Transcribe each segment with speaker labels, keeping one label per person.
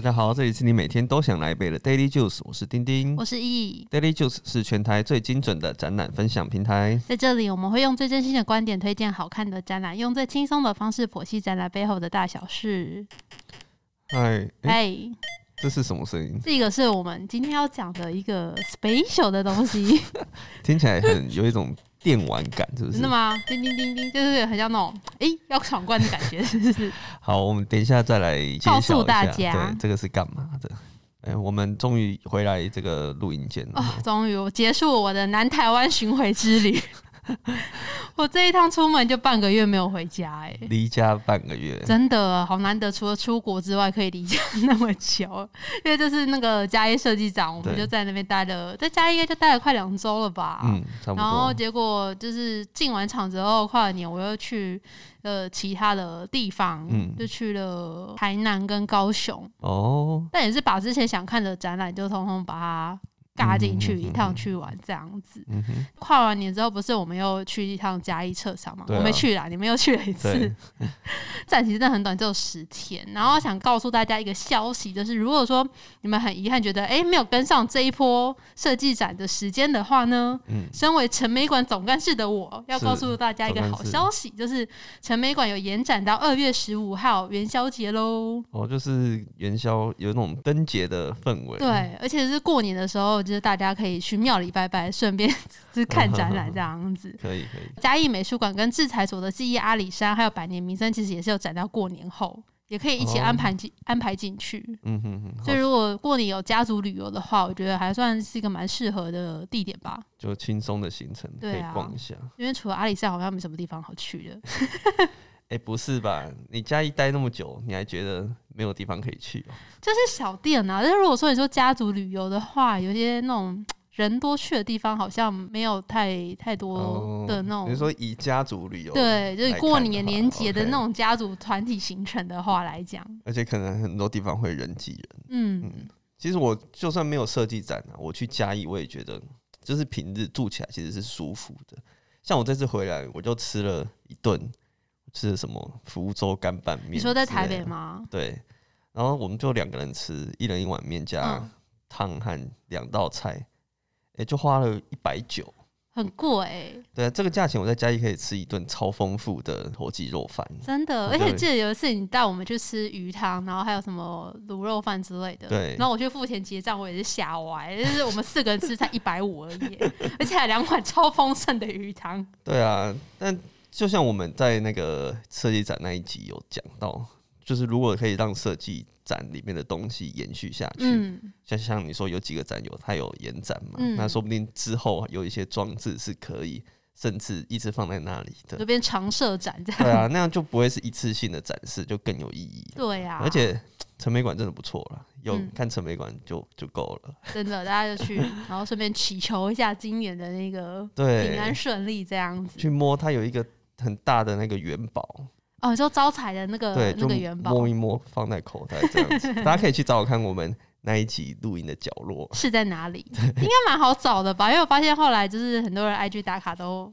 Speaker 1: 家好，这里是你每天都想来一杯的 Daily Juice，我是丁丁
Speaker 2: 我。是易。
Speaker 1: Daily Juice 是全台最精准的展览分享平台。
Speaker 2: 在这里，我们会用最真心的观点推荐好看的展览，用最轻松的方式剖析展览背后的大小事。
Speaker 1: 哎，哎、
Speaker 2: 哎、
Speaker 1: 这是什么声音？
Speaker 2: 这个是我们今天要讲的一个 special 的东西，
Speaker 1: 听起来很有一种电玩感，是不
Speaker 2: 真
Speaker 1: 是
Speaker 2: 的？吗？叮叮叮叮，就是很像那种哎、要闯关的感觉，是不是？
Speaker 1: 好，我们等一下再来揭晓
Speaker 2: 告
Speaker 1: 一下
Speaker 2: 诉大家
Speaker 1: 对，这个是干嘛的？哎、我们终于回来这个录音间了。
Speaker 2: 哦，终于我结束我的南台湾巡回之旅。 我这一趟出门就半个月没有回家、哎，
Speaker 1: 离家半个月，
Speaker 2: 真的好难得，除了出国之外可以离家那么久，因为这是那个嘉义设计展，我们
Speaker 1: 对
Speaker 2: 就在那边待了，在嘉义应该就待了快两周了吧。
Speaker 1: 嗯，差不
Speaker 2: 然后
Speaker 1: 多。
Speaker 2: 结果就是进完场之后，跨年我又去呃其他的地方，
Speaker 1: 嗯
Speaker 2: 就去了台南跟高雄，
Speaker 1: 哦，
Speaker 2: 但也是把之前想看的展览就通通把它尬进去一趟去玩这样子。
Speaker 1: 嗯哼，
Speaker 2: 跨完年之后，不是我们又去一趟嘉义车场嘛？
Speaker 1: 对啊
Speaker 2: 我没去啦，你们又去了一次
Speaker 1: 对。，
Speaker 2: 展期真的很短，只有十天。然后想告诉大家一个消息，就是如果说你们很遗憾觉得诶没有跟上这一波设计展的时间的话呢，
Speaker 1: 嗯，
Speaker 2: 身为陈美馆总干事的我要
Speaker 1: 是
Speaker 2: 告诉大家一个
Speaker 1: 总干
Speaker 2: 好
Speaker 1: 事
Speaker 2: 消息，就是陈美馆有延展到二月十五号元宵节喽。
Speaker 1: 哦，就是元宵有那种灯节的氛围。
Speaker 2: 对，而且是过年的时候，就是大家可以去庙里拜拜，顺便 就是看展览这样子。
Speaker 1: 可以可以。
Speaker 2: 嘉义美术馆跟制裁所的记忆阿里山，还有百年名山，其实也是有展到过年后，也可以一起
Speaker 1: 哦
Speaker 2: 安排进、安排进去。
Speaker 1: 嗯哼哼，
Speaker 2: 所以如果过年有家族旅游的话，我觉得还算是一个蛮适合的地点吧。
Speaker 1: 就轻松的行程可
Speaker 2: 对
Speaker 1: 以
Speaker 2: 啊
Speaker 1: 逛一下。
Speaker 2: 因为除了阿里山，好像没什么地方好去的。
Speaker 1: 哎、不是吧？你嘉义待那么久，你还觉得没有地方可以去、哦？
Speaker 2: 就是小店啊，但是如果说你说家族旅游的话，有些那种人多去的地方，好像没有太太
Speaker 1: 哦
Speaker 2: 多的那种。
Speaker 1: 你是说以家族旅游，，
Speaker 2: 对，就是
Speaker 1: 来
Speaker 2: 过
Speaker 1: 看的
Speaker 2: 年
Speaker 1: 话
Speaker 2: 年节的
Speaker 1: OK
Speaker 2: 那种家族团体行程的话来讲，
Speaker 1: 而且可能很多地方会人挤人。
Speaker 2: 嗯，
Speaker 1: 嗯，其实我就算没有设计展啊，我去嘉义我也觉得，就是平日住起来其实是舒服的。像我这次回来，我就吃了一顿，吃了什么福州干拌面。
Speaker 2: 你说在台北？吗？
Speaker 1: 对，然后我们就两个人吃，一人一碗面加
Speaker 2: 嗯
Speaker 1: 汤和两道菜，哎、就花了一百九。
Speaker 2: 很哎贵、
Speaker 1: 对啊，这个价钱我在家里可以吃一顿超丰富的火鸡肉饭。
Speaker 2: 真的。
Speaker 1: 我
Speaker 2: 而
Speaker 1: 觉
Speaker 2: 且
Speaker 1: 得
Speaker 2: 记得有一次你带我们去吃鱼汤，然后还有什么卤肉饭之类的。
Speaker 1: 对
Speaker 2: 然后我去付钱结账，我也是吓歪，就是我们四个人吃才一百五而已，而且还两碗超丰盛的鱼汤。
Speaker 1: 对啊，但就像我们在那个设计展那一集有讲到，就是如果可以让设计展里面的东西延续下去，
Speaker 2: 嗯，
Speaker 1: 像像你说有几个展有它有延展嘛，
Speaker 2: 嗯
Speaker 1: 那说不定之后有一些装置是可以，甚至一直放在那里的
Speaker 2: 就。变常设展这样。
Speaker 1: 对啊，那样就不会是一次性的展示，就更有意义了。
Speaker 2: 对呀、
Speaker 1: 而且陈美馆真的不错啦，有
Speaker 2: 啊嗯
Speaker 1: 看陈美馆就就够了。
Speaker 2: 真的，大家就去，然后顺便祈求一下今年的那个
Speaker 1: 对，
Speaker 2: 平安顺利这样子。
Speaker 1: 去摸它有一个很大的那个元宝，
Speaker 2: 哦，就招财的那个
Speaker 1: 对，
Speaker 2: 那
Speaker 1: 就
Speaker 2: 个元宝
Speaker 1: 摸一摸放在口袋这 样子。大家可以去找我看我们那一集录音的角落。
Speaker 2: 是在哪里？应该蛮好找的吧？因为我发现后来就是很多人 IG 打卡都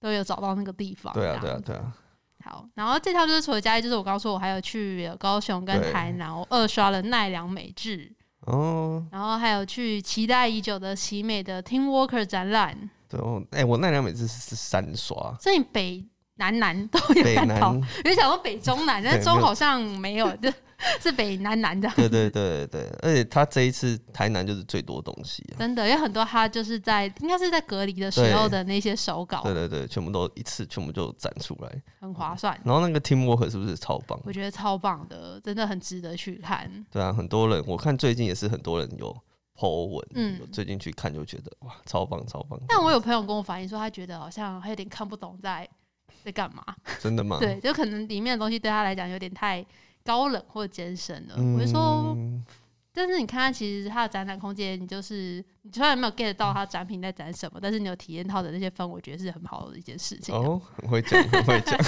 Speaker 2: 都有找到那个地方。
Speaker 1: 对啊，
Speaker 2: 这
Speaker 1: 对
Speaker 2: 样
Speaker 1: 啊，对啊，
Speaker 2: 好，然后这套就是除了嘉义，就是我刚刚说我还有去高雄跟
Speaker 1: 对
Speaker 2: 台南，我二刷了奈良美智，
Speaker 1: 哦，
Speaker 2: 然后还有去期待已久的奇美的 Team Walker 展览，，
Speaker 1: 对哦，哎、我奈良每次是是三刷
Speaker 2: 所以北南南都有
Speaker 1: 北
Speaker 2: 看 到。
Speaker 1: 南，
Speaker 2: 有想说北中南，但
Speaker 1: 对
Speaker 2: 是中
Speaker 1: 没有
Speaker 2: 好像没有， 就是北南 南的。
Speaker 1: 对对对对，而且他这一次台南就是最多东西啊，
Speaker 2: 真的，有很多他就是在应该是在隔离的时候的那些手稿，
Speaker 1: 对对对，全部都一次全部就展出来。
Speaker 2: 很划算，
Speaker 1: 然后那个 Team Work 是不是超棒？
Speaker 2: 我觉得超棒的，真的很值得去看。
Speaker 1: 对啊，很多人我看最近也是很多人有 po 文，
Speaker 2: 嗯
Speaker 1: 有最近去看就觉得哇，超棒超棒。
Speaker 2: 但我有朋友跟我反映说，他觉得好像他有点看不懂在在干嘛，
Speaker 1: 真的吗？
Speaker 2: 对，就可能里面的东西对他来讲有点太高冷或艰深了。
Speaker 1: 嗯，
Speaker 2: 我就说，哦但是你看他其实他的展览空间，你就是你虽然没有 get 到他展品在展什么，但是你有体验到的那些氛，我觉得是很好的一件事情啊、
Speaker 1: 哦，很会讲，很会讲。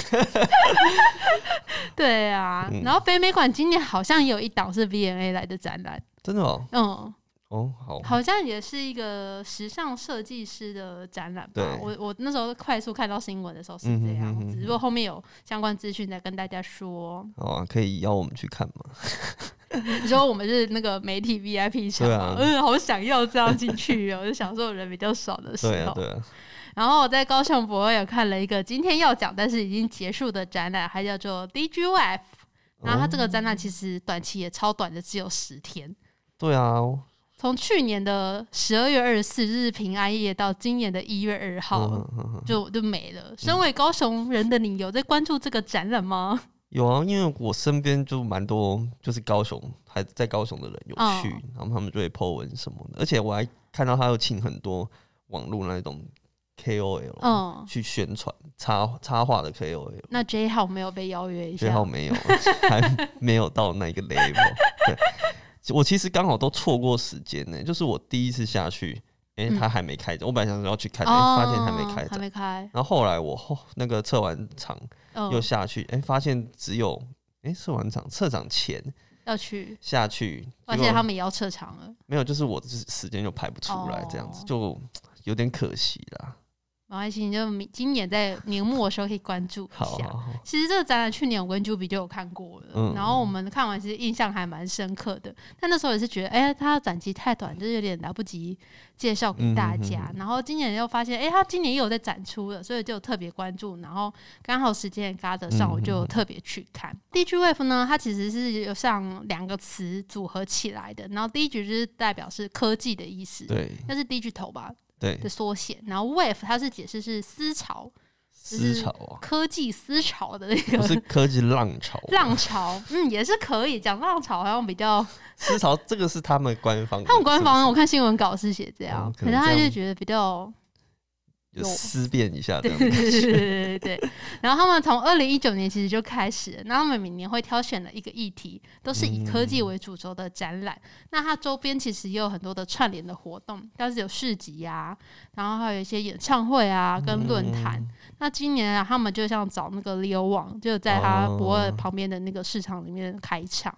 Speaker 2: 对啊，
Speaker 1: 嗯
Speaker 2: 然后北美馆今年好像有一档是 V&A 来的展览，
Speaker 1: 真的哦，
Speaker 2: 嗯，
Speaker 1: 哦好，
Speaker 2: 好像也是一个时尚设计师的展览吧
Speaker 1: 对。
Speaker 2: 我我那时候快速看到新闻的时候是这样
Speaker 1: 嗯哼嗯
Speaker 2: 子，
Speaker 1: 哼
Speaker 2: 如果后面有相关资讯再跟大家说。
Speaker 1: 哦好啊，可以邀我们去看嘛？
Speaker 2: 你说我们是那个媒体 VIP 场
Speaker 1: 对
Speaker 2: 嘛
Speaker 1: 啊，
Speaker 2: 嗯，好想要这样进去哦，就享受人比较少的时
Speaker 1: 对啊
Speaker 2: 候。
Speaker 1: 对啊，
Speaker 2: 然后我在高雄博尔有看了一个今天要讲但是已经结束的展览，它叫做 DGF。然后它这个
Speaker 1: 哦
Speaker 2: 展览其实短期也超短的，只有十天。
Speaker 1: 对啊，
Speaker 2: 从去年的十二月二十四日平安夜到今年的一月二号，
Speaker 1: 嗯嗯嗯
Speaker 2: 就就没了。身为高雄人的你，有在关注这个展览吗？
Speaker 1: 有啊，因为我身边就蛮多就是高雄还在高雄的人有去，
Speaker 2: 嗯
Speaker 1: 然后他们就会 po 文什么的，而且我还看到他有请很多网络那种 KOL、
Speaker 2: 嗯，
Speaker 1: 去宣传插插画的 KOL，
Speaker 2: 那 J 号没有被邀约一
Speaker 1: 最
Speaker 2: 下
Speaker 1: 好，没有， 还没有到那个 level。对，我其实刚好都错过时间呢、就是我第一次下去，哎、
Speaker 2: 嗯
Speaker 1: 他还没开展，我本来想说要去看，哎、
Speaker 2: 哦，
Speaker 1: 发现还没开
Speaker 2: 还
Speaker 1: 展。
Speaker 2: 没开，
Speaker 1: 然后后来我后那个测完场
Speaker 2: 嗯，
Speaker 1: 又下去，哎、发现只有哎测完场测场前
Speaker 2: 要去，
Speaker 1: 下去，
Speaker 2: 而
Speaker 1: 结
Speaker 2: 且
Speaker 1: 果
Speaker 2: 他们也要撤场了，
Speaker 1: 没有，就是我就是时间就排不出来，这样子、
Speaker 2: 哦
Speaker 1: 就有点可惜啦。
Speaker 2: 没关系，你就明今年在年末的时候可以关注一
Speaker 1: 好
Speaker 2: 下。
Speaker 1: 好好，
Speaker 2: 其实这个展览去年我跟 Juby 就有看过了，
Speaker 1: 嗯
Speaker 2: 然后我们看完其实印象还蛮深刻的。但那时候也是觉得，哎、呀，它的展期太短，就是有点来不及介绍给大
Speaker 1: 嗯
Speaker 2: 家。然后今年又发现，哎、它今年也有在展出了，所以就特别关注。然后刚好时间也搭得上，
Speaker 1: 嗯
Speaker 2: 我就特别去看。D G Wave 呢，它其实是有像两个词组合起来的，然后第一句就是代表是科技的意思，
Speaker 1: 对
Speaker 2: 那是 digital 吧
Speaker 1: 对
Speaker 2: 的，缩写。然后 Wave 它是解释是思潮，
Speaker 1: 思潮啊，
Speaker 2: 科技思潮的那个
Speaker 1: 不是科技浪潮啊，
Speaker 2: 浪潮，嗯，也是可以讲浪潮，好像比较
Speaker 1: 思潮这个是他们官方的，
Speaker 2: 他们官
Speaker 1: 是
Speaker 2: 方，
Speaker 1: 不
Speaker 2: 我看新闻稿是写这样
Speaker 1: 哦，
Speaker 2: 可
Speaker 1: 可
Speaker 2: 是
Speaker 1: 能
Speaker 2: 他
Speaker 1: 这
Speaker 2: 就
Speaker 1: 样
Speaker 2: 觉得比较
Speaker 1: 是有思辨一下这
Speaker 2: 对
Speaker 1: 样
Speaker 2: 对
Speaker 1: 子。
Speaker 2: 对对对对对。然后他们从二零一九年其实就开始了，那他们每年会挑选了一个议题，都是以科
Speaker 1: 嗯
Speaker 2: 技为主轴的展览。那它周边其实也有很多的串联的活动，像是有市集啊，然后还有一些演唱会啊跟
Speaker 1: 嗯
Speaker 2: 论坛。那今年啊，他们就像找那个 Leo 网，就在他博尔
Speaker 1: 哦
Speaker 2: 旁边的那个市场里面开场，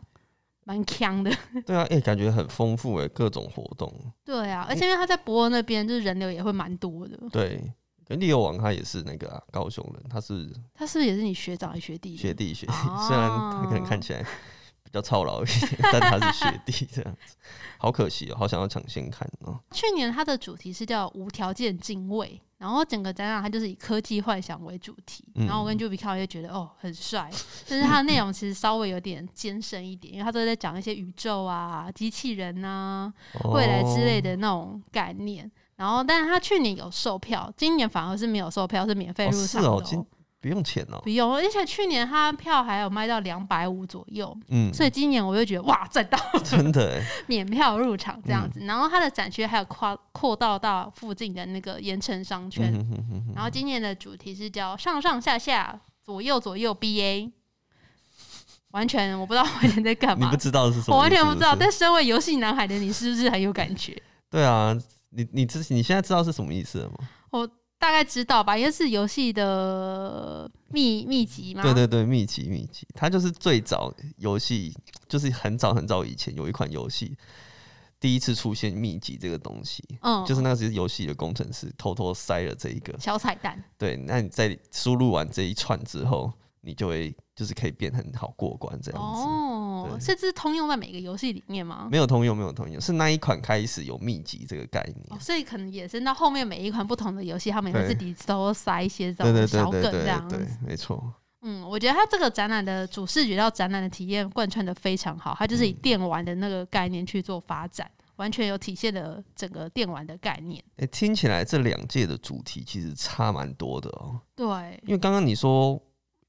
Speaker 2: 蛮强的。
Speaker 1: 对啊，哎、感觉很丰富哎，各种活动。
Speaker 2: 对啊，而且因为他在博尔那边，就是人流也会蛮多的。
Speaker 1: 对，跟利友王他也是那个、啊、高雄人，他是
Speaker 2: 他是不是也是你学长还是学弟？
Speaker 1: 学弟学弟，
Speaker 2: 哦
Speaker 1: 虽然他可能看起来比较操劳一点，但他是学
Speaker 2: 哦
Speaker 1: 弟这样子，好可惜哦，好想要抢先看哦。
Speaker 2: 去年他的主题是叫“无条件敬畏”，然后整个展览它就是以科技幻想为主题。
Speaker 1: 嗯
Speaker 2: 然后我跟 Juby 看完就觉得哦很帅，但是它的内容其实稍微有点艰深一点，因为他都在讲一些宇宙啊、机器人啊、
Speaker 1: 哦
Speaker 2: 未来之类
Speaker 1: 的，
Speaker 2: 的那种概念。然后，但是他去年有售票，今年反而是没有售票，是免费
Speaker 1: 哦
Speaker 2: 入
Speaker 1: 是
Speaker 2: 场的、
Speaker 1: 哦，今不用钱哦
Speaker 2: 不。用，而且去年他票还有卖到两百五左右，
Speaker 1: 嗯，
Speaker 2: 所以今年我就觉得哇，赚到
Speaker 1: 真的哎，
Speaker 2: 免票入场这样子。
Speaker 1: 嗯
Speaker 2: 然后它的展区还有扩扩到到附近的那个盐城商圈。
Speaker 1: 嗯哼哼哼哼
Speaker 2: 然后今年的主题是叫上上下下左右左右 BA，完全我不知道完全在 干
Speaker 1: 你
Speaker 2: 嘛
Speaker 1: 不，知道是什么意思？
Speaker 2: 我完全不知道。
Speaker 1: 是是
Speaker 2: 但身为游戏男孩的你，是不是很有感觉？
Speaker 1: 对啊，你你知你现在知道是什么意思了吗？
Speaker 2: 大概知道吧，因为是游戏的秘秘籍嘛。
Speaker 1: 对对对，秘籍秘籍，它就是最早游戏，就是很早很早以前有一款游戏第一次出现秘籍这个东西，
Speaker 2: 嗯，
Speaker 1: 就是那是游戏的工程师偷偷塞了这一个。
Speaker 2: 小彩蛋。
Speaker 1: 对，那你在输入完这一串之后，你就会就是可以变很好过关这样子。
Speaker 2: 哦，
Speaker 1: 对
Speaker 2: 甚至通用在每个游戏里面吗？
Speaker 1: 没有通用，没有通用，是那一款开始有秘籍这个概念。
Speaker 2: 哦，所以可能衍生到后面每一款不同的游戏，他们也会自
Speaker 1: 对
Speaker 2: 己都塞一些这
Speaker 1: 对
Speaker 2: 种
Speaker 1: 对对
Speaker 2: 小梗
Speaker 1: 对
Speaker 2: 这样
Speaker 1: 对
Speaker 2: 子
Speaker 1: 对。，没错。
Speaker 2: 嗯，我觉得它这个展览的主视觉到展览的体验贯穿的非常好，它就是以电玩的那个概念去做发展，完全有体现了整个电玩的概念。
Speaker 1: 哎、听起来这两届的主题其实差蛮多的哦、
Speaker 2: 对，
Speaker 1: 因为刚刚你说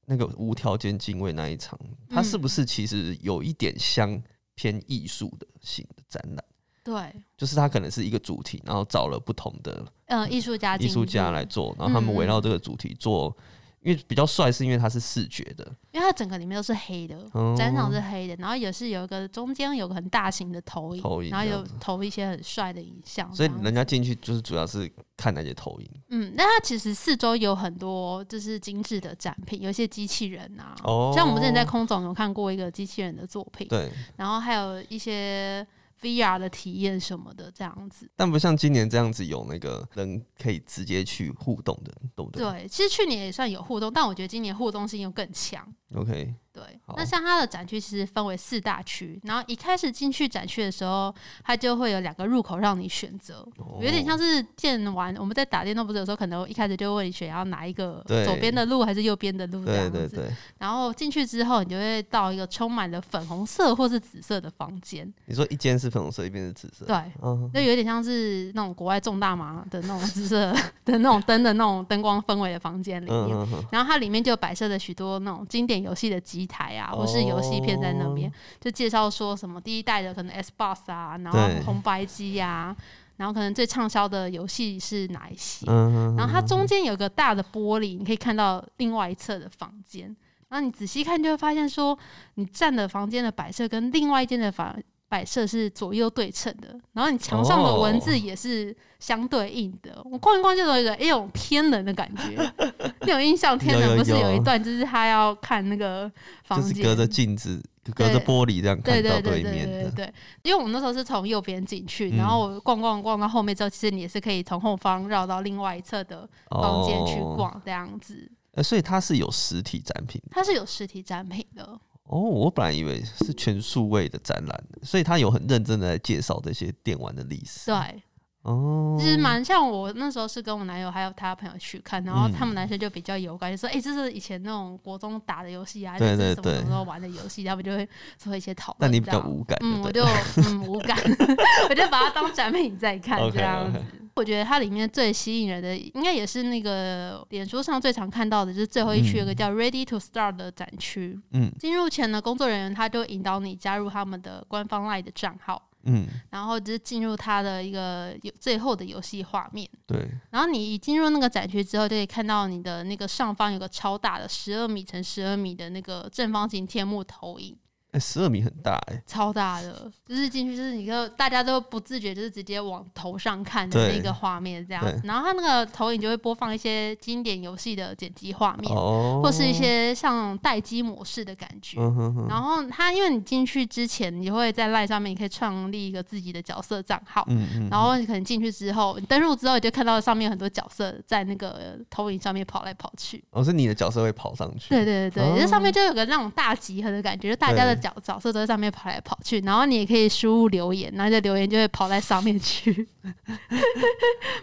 Speaker 1: 那个无条件敬畏那一场，它
Speaker 2: 嗯
Speaker 1: 是不是其实有一点像偏艺术的性的展览？
Speaker 2: 对，
Speaker 1: 就是它可能是一个主题，然后找了不同的
Speaker 2: 嗯，艺术家进
Speaker 1: 艺术
Speaker 2: 入
Speaker 1: 家来，做，然后他
Speaker 2: 嗯
Speaker 1: 们围绕这个主题做。因为比较帅，是因为它是视觉的，
Speaker 2: 因为它整个里面都是黑的，
Speaker 1: 哦
Speaker 2: 展场是黑的，然后也是有一个中间有个很大型的投影，
Speaker 1: 投影
Speaker 2: 然后
Speaker 1: 这
Speaker 2: 有
Speaker 1: 样子
Speaker 2: 投一些很帅的影像，
Speaker 1: 所以
Speaker 2: 这样子
Speaker 1: 人家进去就是主要是看那些投影
Speaker 2: 嗯，那它其实四周有很多就是精致的展品，有一些机器人啊，
Speaker 1: 哦
Speaker 2: 像我们之前在空总有看过一个机器人的作品，
Speaker 1: 对，
Speaker 2: 然后还有一些 VR 的体验什么的这样子。
Speaker 1: 但不像今年这样子有那个人可以直接去互动的，对不对？
Speaker 2: 对，其实去年也算有互动，但我觉得今年互动性又更强，
Speaker 1: OK，
Speaker 2: 对
Speaker 1: 好，
Speaker 2: 那像它的展区其实分为四大区，然后一开始进去展区的时候，它就会有两个入口让你选择，
Speaker 1: 哦
Speaker 2: 有点像是电玩。我们在打电动，不是有时候可能一开始就会问你选要哪一个
Speaker 1: 对
Speaker 2: 左边的路还是右边的路这
Speaker 1: 对
Speaker 2: 样
Speaker 1: 对
Speaker 2: 子。
Speaker 1: 对，
Speaker 2: 然后进去之后，你就会到一个充满了粉红色或是紫色的房间，
Speaker 1: 你说一间是粉红色，一边是紫色，
Speaker 2: 对，
Speaker 1: 嗯，
Speaker 2: 就有点像是那种国外种大麻的那种紫色 的那种灯的那种灯光氛围的房间里
Speaker 1: 嗯
Speaker 2: 面。
Speaker 1: 嗯嗯，
Speaker 2: 然后它里面就有摆设了许多那种经典游戏的机台啊，或是游戏片在那边，
Speaker 1: 哦
Speaker 2: 就介绍说什么第一代的可能 Xbox 啊，然后
Speaker 1: 对
Speaker 2: 红白机呀、然后可能最畅销的游戏是哪一些？
Speaker 1: 嗯，
Speaker 2: 然后它
Speaker 1: 嗯
Speaker 2: 中间有个大的玻璃，你可以看到另外一侧的房间。然后你仔细看，就会发现说，你站的房间的摆设跟另外一间的房摆设是左右对称的。然后你墙上的文
Speaker 1: 哦
Speaker 2: 字也是相对应的。我逛一逛就有一个一种天人的感觉。 你有印象，天
Speaker 1: 有
Speaker 2: 人
Speaker 1: 有
Speaker 2: 不是有一
Speaker 1: 有
Speaker 2: 段就是他要看那个房
Speaker 1: 就是
Speaker 2: 间，
Speaker 1: 隔着镜子，隔着
Speaker 2: 对
Speaker 1: 玻璃这样
Speaker 2: 对
Speaker 1: 看到
Speaker 2: 对对对
Speaker 1: 面
Speaker 2: 对对
Speaker 1: 的，
Speaker 2: 对，因为我们那时候是从右边进去，
Speaker 1: 嗯
Speaker 2: 然后我逛逛逛到后面之后，其实你也是可以从后方绕到另外一侧的房间去
Speaker 1: 哦
Speaker 2: 逛这样子。
Speaker 1: 呃，所以它是有实体展品的
Speaker 2: 它是有实体展品的，
Speaker 1: 哦。我本来以为是
Speaker 2: 嗯
Speaker 1: 全数位的展览，所以它有很认真的在介绍这些电玩的历史。
Speaker 2: 对，
Speaker 1: 哦，
Speaker 2: 就是蛮像我那时候是跟我男友还有他朋友去看，然后
Speaker 1: 嗯
Speaker 2: 他们男生就比较有感，就说：“哎、这是以前那种国中打的游戏啊，
Speaker 1: 对
Speaker 2: 这
Speaker 1: 对
Speaker 2: 是什么
Speaker 1: 对
Speaker 2: 什么时候玩的游戏？”他们就会做一些讨论。
Speaker 1: 但你比
Speaker 2: 这
Speaker 1: 较
Speaker 2: 样
Speaker 1: 无感，
Speaker 2: 嗯，我
Speaker 1: 对
Speaker 2: 就嗯无感， 我就把它当展品在看
Speaker 1: OK，OK
Speaker 2: 这样子。我觉得它里面最吸引人的，应该也是那个脸书上最常看到的，就是最后一区有个叫 “Ready to Start” 的展区。
Speaker 1: 嗯
Speaker 2: 进入前呢，工作人员他就引导你加入他们的官方 LINE 的账号，
Speaker 1: 嗯，
Speaker 2: 然后就是进入它的一个有最后的游戏画面。
Speaker 1: 对，
Speaker 2: 然后你一进入那个展区之后，就可以看到你的那个上方有个超大的十二米乘十二米的那个正方形天幕投影。
Speaker 1: 哎，十二米很大哎，
Speaker 2: 超大的，就是进去就是你就大家都不自觉，就是直接往头上看的
Speaker 1: 对
Speaker 2: 那个画面这样
Speaker 1: 对。
Speaker 2: 然后它那个投影就会播放一些经典游戏的剪辑画面，
Speaker 1: 哦，
Speaker 2: 或是一些像待机模式的感觉。
Speaker 1: 嗯哼哼，
Speaker 2: 然后它因为你进去之前，你会在 LINE 上面你可以创立一个自己的角色账号。
Speaker 1: 嗯嗯，
Speaker 2: 然后你可能进去之后，你登录之后，你就看到上面很多角色在那个投影上面跑来跑去。
Speaker 1: 哦，是你的角色会跑上去，
Speaker 2: 对对对，
Speaker 1: 哦
Speaker 2: 这、上面就有个那种大集合的感觉，就大家的
Speaker 1: 对
Speaker 2: 角角色都在上面跑来跑去，然后你也可以输入留言，然后这留言就会跑在上面去，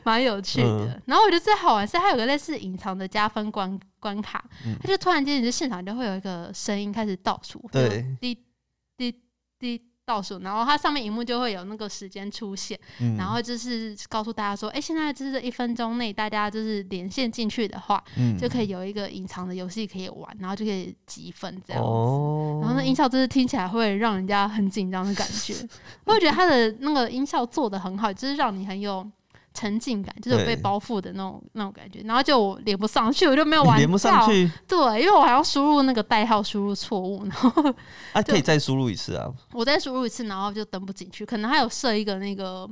Speaker 2: 蛮有趣的。
Speaker 1: 嗯
Speaker 2: 然后我觉得最好玩是它有个类似隐藏的加分关关卡，
Speaker 1: 嗯
Speaker 2: 它就突然间你就现场就会有一个声音开始倒数，
Speaker 1: 对，
Speaker 2: 滴滴滴倒数，然后它上面荧幕就会有那个时间出现。
Speaker 1: 嗯，
Speaker 2: 然后就是告诉大家说，哎、现在就是这一分钟内，大家就是连线进去的话，
Speaker 1: 嗯
Speaker 2: 就可以有一个隐藏的游戏可以玩，然后就可以积分这样子。
Speaker 1: 哦，
Speaker 2: 然后那音效就是听起来会让人家很紧张的感 觉，我会觉得他的那个音效做的很好，就是让你很有沉浸感，就是有被
Speaker 1: 对
Speaker 2: 包覆的那种那种感觉。然后就我连不上去，我就没有
Speaker 1: 你
Speaker 2: 玩
Speaker 1: 连不上
Speaker 2: 到，
Speaker 1: 去
Speaker 2: 对，因为我还要输入那个代号，输入错误，然后
Speaker 1: 啊，
Speaker 2: 就
Speaker 1: 可以再输入一次啊，
Speaker 2: 我再输入一次，然后就登不进去，可能还有设一个那个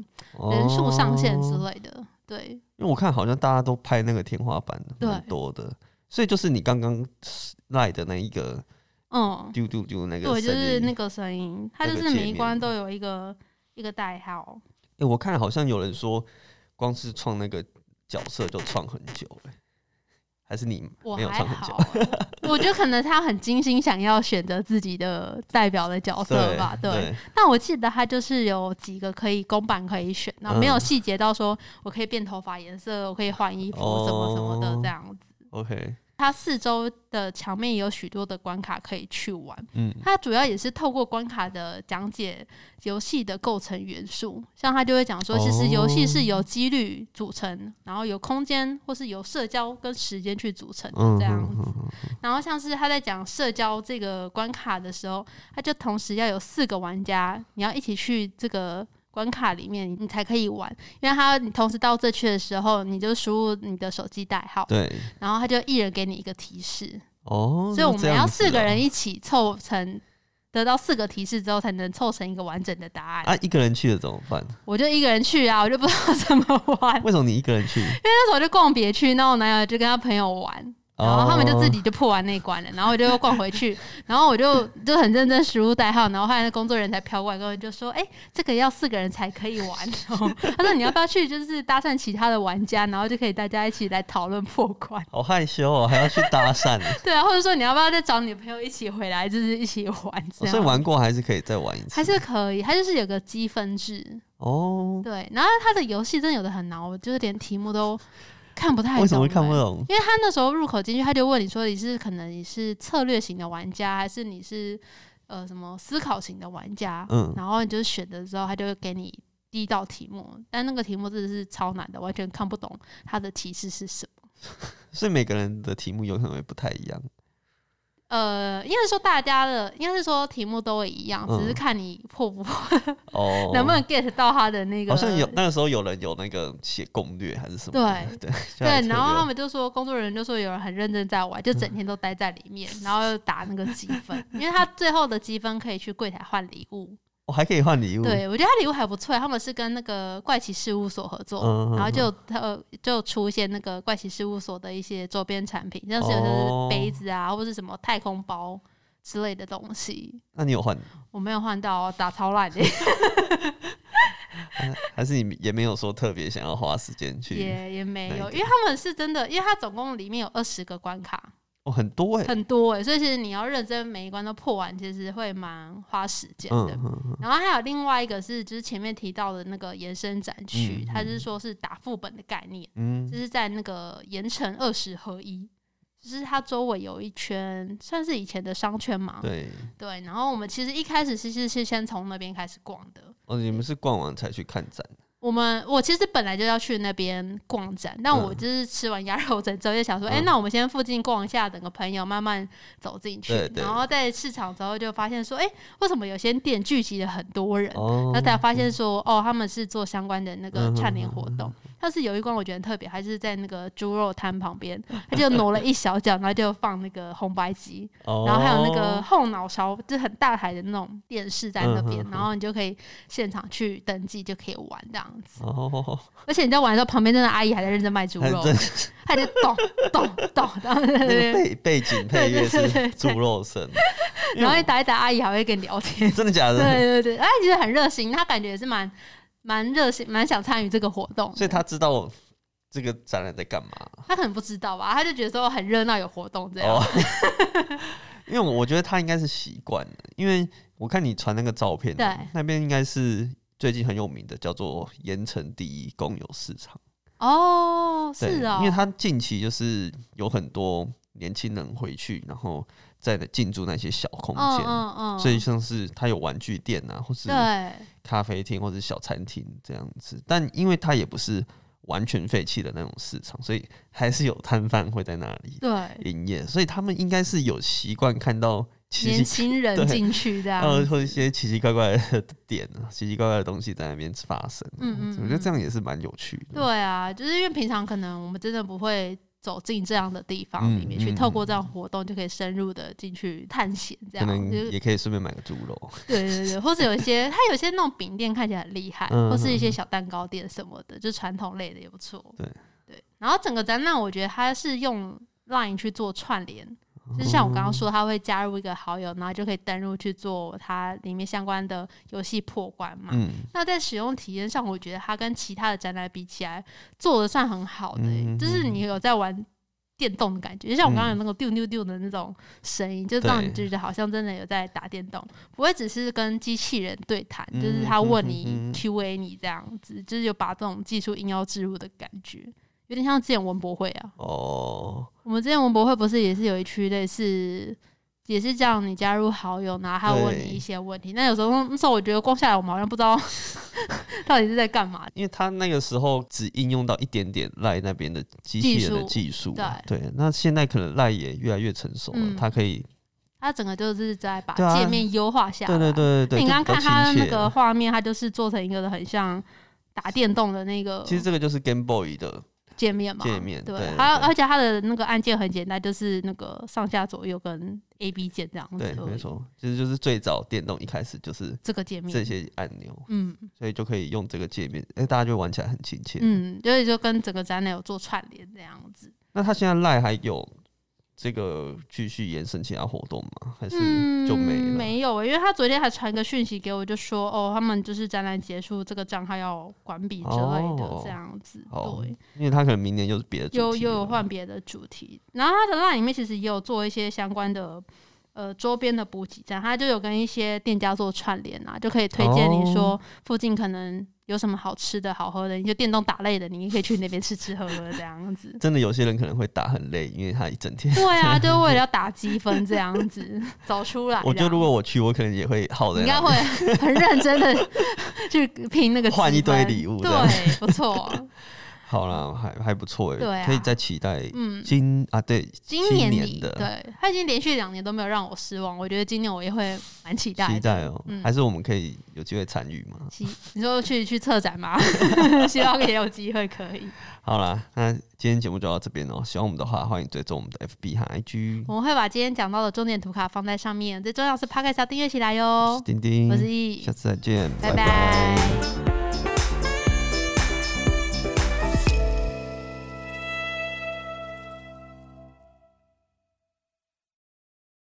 Speaker 2: 人数上限之
Speaker 1: 哦
Speaker 2: 类的，对。
Speaker 1: 因为我看好像大家都拍那个天花板
Speaker 2: 对
Speaker 1: 蛮多的，所以就是你刚刚赖的那一个
Speaker 2: 嗯，
Speaker 1: 丢丢丢那个
Speaker 2: 对，就
Speaker 1: 声音
Speaker 2: 是那个声音，它
Speaker 1: 那
Speaker 2: 就
Speaker 1: 个界
Speaker 2: 是每一
Speaker 1: 面
Speaker 2: 关都有一个一个代号。
Speaker 1: 诶我看好像有人说，光是创那个角色就创很久、欸，还是你
Speaker 2: 我
Speaker 1: 没有
Speaker 2: 还
Speaker 1: 创很
Speaker 2: 好
Speaker 1: 久？
Speaker 2: 欸，我觉得可能他很精心想要选择自己的代表的角色吧。对，
Speaker 1: 对，
Speaker 2: 但我记得他就是有几个可以公版可以选，然后没有
Speaker 1: 嗯
Speaker 2: 细节到说我可以变头发颜色，我可以换衣服
Speaker 1: 哦
Speaker 2: 什么什么的这样子。
Speaker 1: OK，
Speaker 2: 它四周的墙面也有许多的关卡可以去玩，
Speaker 1: 嗯，
Speaker 2: 它主要也是透过关卡的讲解游戏的构成元素，像他就会讲说，其实游戏
Speaker 1: 哦
Speaker 2: 是由几率组成，然后由空间或是由社交跟时间去组成的
Speaker 1: 嗯
Speaker 2: 这样
Speaker 1: 嗯
Speaker 2: 子。然后像是他在讲社交这个关卡的时候，他就同时要有四个玩家，你要一起去这个。关卡里面你才可以玩，因为他你同时到这区的时候，你就输入你的手机代号，
Speaker 1: 对，
Speaker 2: 然后他就一人给你一个提示，
Speaker 1: 哦，
Speaker 2: 所以我
Speaker 1: 是这
Speaker 2: 们要
Speaker 1: 样子
Speaker 2: 四个
Speaker 1: 哦
Speaker 2: 人一起凑成，得到四个提示之后，才能凑成一个完整的答案。
Speaker 1: 啊，一个人去了怎么办？
Speaker 2: 我就一个人去啊，我就不知道怎么 玩。
Speaker 1: 为什么你一个人去？
Speaker 2: 那时候我就逛别区，然后我男友就跟他朋友玩，
Speaker 1: 哦
Speaker 2: 然后他们就自己就破完那一关了，然后我就又逛回去， 然后我就就很认真输入代号，然后后来那工作人员才飘过来跟我就说：“哎、这个要四个人才可以玩哦。” 他说：“你要不要去就是搭讪其他的玩家，然后就可以大家一起来讨论破关。”
Speaker 1: 好害羞哦，还要去搭 讪，
Speaker 2: 对啊，或者说你要不要再找你朋友一起回来，就是一起玩这
Speaker 1: 哦
Speaker 2: 样。
Speaker 1: 所以玩过还是可以再玩一次，
Speaker 2: 还是可以，它就是有个积分制。
Speaker 1: 哦，
Speaker 2: 对，然后它的游戏真的有的很难，我就是连题目都看不太懂。
Speaker 1: 为什么会看不
Speaker 2: 欸？
Speaker 1: 懂？
Speaker 2: 因为他那时候入口进去，他就问你说你是可能你是策略型的玩家，还是你是呃什么思考型的玩家？
Speaker 1: 嗯
Speaker 2: 然后你就是选择之后，他就会给你第一道题目，但那个题目真的是超难的，完全看不懂它的提示是什么。
Speaker 1: 所以每个人的题目有可能会不太一样，
Speaker 2: 呃，应该是说大家的，应该是说题目都会一样，只是
Speaker 1: 嗯
Speaker 2: 看你破不破，
Speaker 1: 哦，
Speaker 2: 能不能 get 到他的那个。
Speaker 1: 好像有那个时候有人有那个写攻略还是什么的，
Speaker 2: 对
Speaker 1: 对
Speaker 2: 对，然后他
Speaker 1: 们
Speaker 2: 们就说，工作人员就说有人很认真在玩，就整天都待在里面，然后打那个积分，因为他最后的积分可以去柜台换礼物。
Speaker 1: 我还可以换礼物，
Speaker 2: 对我觉得他礼物还不错，他们是跟那个怪奇事务所合作，
Speaker 1: 嗯嗯
Speaker 2: 然后
Speaker 1: 嗯
Speaker 2: 就呃就出一些那个怪奇事务所的一些周边产品，像是有
Speaker 1: 哦
Speaker 2: 是杯子啊，或是什么太空包之类的东西。
Speaker 1: 那你有换，
Speaker 2: 我没有换到哦，打超烂的，
Speaker 1: 还还是你也没有说特别想要花时间去？
Speaker 2: 也也没
Speaker 1: 哪一
Speaker 2: 有，
Speaker 1: 个
Speaker 2: 因为他们是真的，因为它总共里面有二十个关卡，
Speaker 1: 哦，很多哎，
Speaker 2: 很多哎、所以其实你要认真每一关都破完，其实会蛮花时间
Speaker 1: 嗯
Speaker 2: 的。
Speaker 1: 嗯嗯，
Speaker 2: 然后还有另外一个是，就是前面提到的那个延伸展区，
Speaker 1: 嗯
Speaker 2: 它就是说是打副本的概念，
Speaker 1: 嗯，
Speaker 2: 就是在那个盐城二十合一，就是它周围有一圈算是以前的商圈嘛，
Speaker 1: 对，
Speaker 2: 对。然后我们其实一开始是是是先从那边开始逛的，
Speaker 1: 哦，你们是逛完才去看展，
Speaker 2: 我们我其实本来就要去那边逛展，但我就是吃完鸭肉整之后就 想说，哎、
Speaker 1: 嗯
Speaker 2: 那我们先附近逛一下，等个朋友慢慢走进去。
Speaker 1: 对对
Speaker 2: 然后在市场之后就发现说，哎、为什么有些店聚集了很多人？
Speaker 1: 哦
Speaker 2: 然后，才发现说，哦，他们是做相关的那个
Speaker 1: 嗯
Speaker 2: 串联活动。但是有一关我觉得很特别，还是在那个猪肉摊旁边，他就挪了一小角，然后就放那个红白机，
Speaker 1: 哦
Speaker 2: 然后还有那个后脑勺，就是很大台的那种电视在那边
Speaker 1: 嗯，嗯嗯
Speaker 2: 然后你就可以现场去登记，就可以玩这样子。
Speaker 1: 哦，
Speaker 2: 而且你在玩的时候，旁边真的阿姨还在认真卖猪
Speaker 1: 还
Speaker 2: 肉，
Speaker 1: 真
Speaker 2: 她就咚咚咚，然后在
Speaker 1: 那
Speaker 2: 那
Speaker 1: 个
Speaker 2: 边
Speaker 1: 背背景配乐
Speaker 2: 对对对
Speaker 1: 是猪肉声，因为
Speaker 2: 然后
Speaker 1: 我。
Speaker 2: 一打一打，阿姨还会跟你聊 天
Speaker 1: 真的假
Speaker 2: 对
Speaker 1: 的？
Speaker 2: 对对，阿姨其实很热心，她感觉也是蛮蛮热心，蛮想参与这个活动的。
Speaker 1: 所以他知道这个展览在干嘛
Speaker 2: 她可能不知道吧，她就觉得说很热闹，有活动这样。
Speaker 1: 哦， 因为我觉得他应该是习惯了，因为我看你传那个照片啊，
Speaker 2: 对
Speaker 1: 那边应该是最近很有名的，叫做盐城第一公有市场。
Speaker 2: 哦，
Speaker 1: 对
Speaker 2: 是哦，
Speaker 1: 因为他近期就是有很多年轻人回去，然后再来进驻那些小空
Speaker 2: 嗯
Speaker 1: 间。
Speaker 2: 嗯嗯，
Speaker 1: 所以像是他有玩具店啊，或是
Speaker 2: 对
Speaker 1: 咖啡厅，或是小餐厅这样子。但因为它也不是完全废弃的那种市场，所以还是有摊贩会在那里
Speaker 2: 对，
Speaker 1: 营业。所以他们应该是有习惯看到奇
Speaker 2: 年
Speaker 1: 奇
Speaker 2: 轻啊人
Speaker 1: 对
Speaker 2: 进去这样嗯
Speaker 1: 呃，
Speaker 2: 子
Speaker 1: 或一些奇奇怪怪的点啊，奇奇怪怪的东西在那边发生。
Speaker 2: 嗯嗯
Speaker 1: 我觉得
Speaker 2: 嗯
Speaker 1: 这样也是蛮有趣的。
Speaker 2: 对啊，就是因为平常可能我们真的不会走进这样的地方里面
Speaker 1: 嗯
Speaker 2: 去，
Speaker 1: 嗯
Speaker 2: 透过这样活动就可以深入的进去探险，这
Speaker 1: 可
Speaker 2: 样
Speaker 1: 能
Speaker 2: 啊就是
Speaker 1: 也可以顺便买个猪肉，
Speaker 2: 对对对，或者有一些它有一些那种饼店看起来很厉害，
Speaker 1: 嗯
Speaker 2: 或是一些小蛋糕店什么的，就传统类的也不错。
Speaker 1: 对
Speaker 2: 对，然后整个展览我觉得它是用 Line 去做串联，就是像我
Speaker 1: 哦
Speaker 2: 刚刚说，他会加入一个好友，然后就可以登录去做它里面相关的游戏破关嘛。
Speaker 1: 嗯，
Speaker 2: 那在使用体验上，我觉得它跟其他的展览比起来，做的算很好的、欸
Speaker 1: 嗯嗯嗯嗯
Speaker 2: 就是你有在玩电动的感觉，就像我刚刚有那个丢丢丢的那种声音，就让你
Speaker 1: 对
Speaker 2: 觉得好像真的有在打电动，不会只是跟机器人对谈，
Speaker 1: 嗯
Speaker 2: 就是他问你、
Speaker 1: 嗯嗯嗯
Speaker 2: Q&A 你这样子，就是有把这种技术硬要置入的感觉，有点像之前文博会啊，
Speaker 1: 哦，
Speaker 2: 我们之前文博会不是也是有一区类似，也是这样，你加入好友，然后他会问你
Speaker 1: 对
Speaker 2: 一些问题。那有时候那时候我觉得逛下来，我们好像不知道 到底是在干嘛。
Speaker 1: 因为他那个时候只应用到一点点赖那边的机器人的技术啊，对，那现在可能赖也越来越成熟了
Speaker 2: 嗯，
Speaker 1: 它可以，
Speaker 2: 他整个就是在把
Speaker 1: 对啊
Speaker 2: 界面优化下来。
Speaker 1: 对对对对对，
Speaker 2: 你刚
Speaker 1: 就
Speaker 2: 刚
Speaker 1: 比
Speaker 2: 看
Speaker 1: 较
Speaker 2: 他
Speaker 1: 亲
Speaker 2: 那
Speaker 1: 切
Speaker 2: 个
Speaker 1: 了。
Speaker 2: 画面，他就是做成一个很像打电动的那个
Speaker 1: 其实这个就是 Game Boy 的，
Speaker 2: 界面嘛。
Speaker 1: 界面对
Speaker 2: 对
Speaker 1: 对，
Speaker 2: 还有
Speaker 1: 对
Speaker 2: 而且它的那个按键很简单，就是那个上下左右跟 A B 键这样子
Speaker 1: 对，
Speaker 2: 而
Speaker 1: 没
Speaker 2: 已。
Speaker 1: 错，其实就是最早电动一开始就是
Speaker 2: 这个界面，
Speaker 1: 这些按钮，
Speaker 2: 嗯
Speaker 1: 所以就可以用这个界面，哎，大家就玩起来很亲切。
Speaker 2: 嗯，所以就跟整个展览有做串联这样子。
Speaker 1: 那它现在赖还有这个继续延伸其他活动吗？还是就没了？
Speaker 2: 嗯、没有欸、因为他昨天还传个讯息给我，就说哦，他们就是展览结束，这个账号要关闭之类的
Speaker 1: 哦
Speaker 2: 这样子。
Speaker 1: 哦
Speaker 2: 对，，
Speaker 1: 因为他可能明年又是别的主题
Speaker 2: 又欸又有
Speaker 1: 了。
Speaker 2: 换别的主题，然后他的 line 里面其实也有做一些相关的呃周边的补给站，他就有跟一些店家做串联啊，就可以推荐你说附近可能有什么好吃的好喝的，你就电动打累的，你也可以去那边吃吃喝喝这样子
Speaker 1: 真的有些人可能会打很累，因为他一整天。
Speaker 2: 对啊，就是为了要打积分这样子走出来这样。
Speaker 1: 我觉得如果我去，我可能也会耗
Speaker 2: 啊你
Speaker 1: 在
Speaker 2: 应
Speaker 1: 那
Speaker 2: 该
Speaker 1: 里。
Speaker 2: 会很认真的 去拼那个积分
Speaker 1: 换一堆礼物这样
Speaker 2: 对，不错。啊
Speaker 1: 好啦，还还不错哎、
Speaker 2: 对啊
Speaker 1: 可以再期待
Speaker 2: 嗯，
Speaker 1: 今啊对
Speaker 2: 今年
Speaker 1: 年
Speaker 2: 底，
Speaker 1: 的
Speaker 2: 对他已经连续两年都没有让我失望，我觉得今年我也会蛮期待的。
Speaker 1: 期待哦、
Speaker 2: 嗯
Speaker 1: 还是我们可以有机会参与嘛？
Speaker 2: 期你说去去策 展吗？希望也有机会可以。
Speaker 1: 好啦，那今天节目就到这边哦。喜欢我们的话，欢迎追踪我们的 FB 和 IG。
Speaker 2: 我们会把今天讲到的重点图卡放在上面，最重要是 p o d c a s 要订阅起来
Speaker 1: 我
Speaker 2: 哟
Speaker 1: 是。丁
Speaker 2: 哦我是
Speaker 1: 丁，
Speaker 2: 易
Speaker 1: 下，次再见，
Speaker 2: 拜
Speaker 1: 拜
Speaker 2: 拜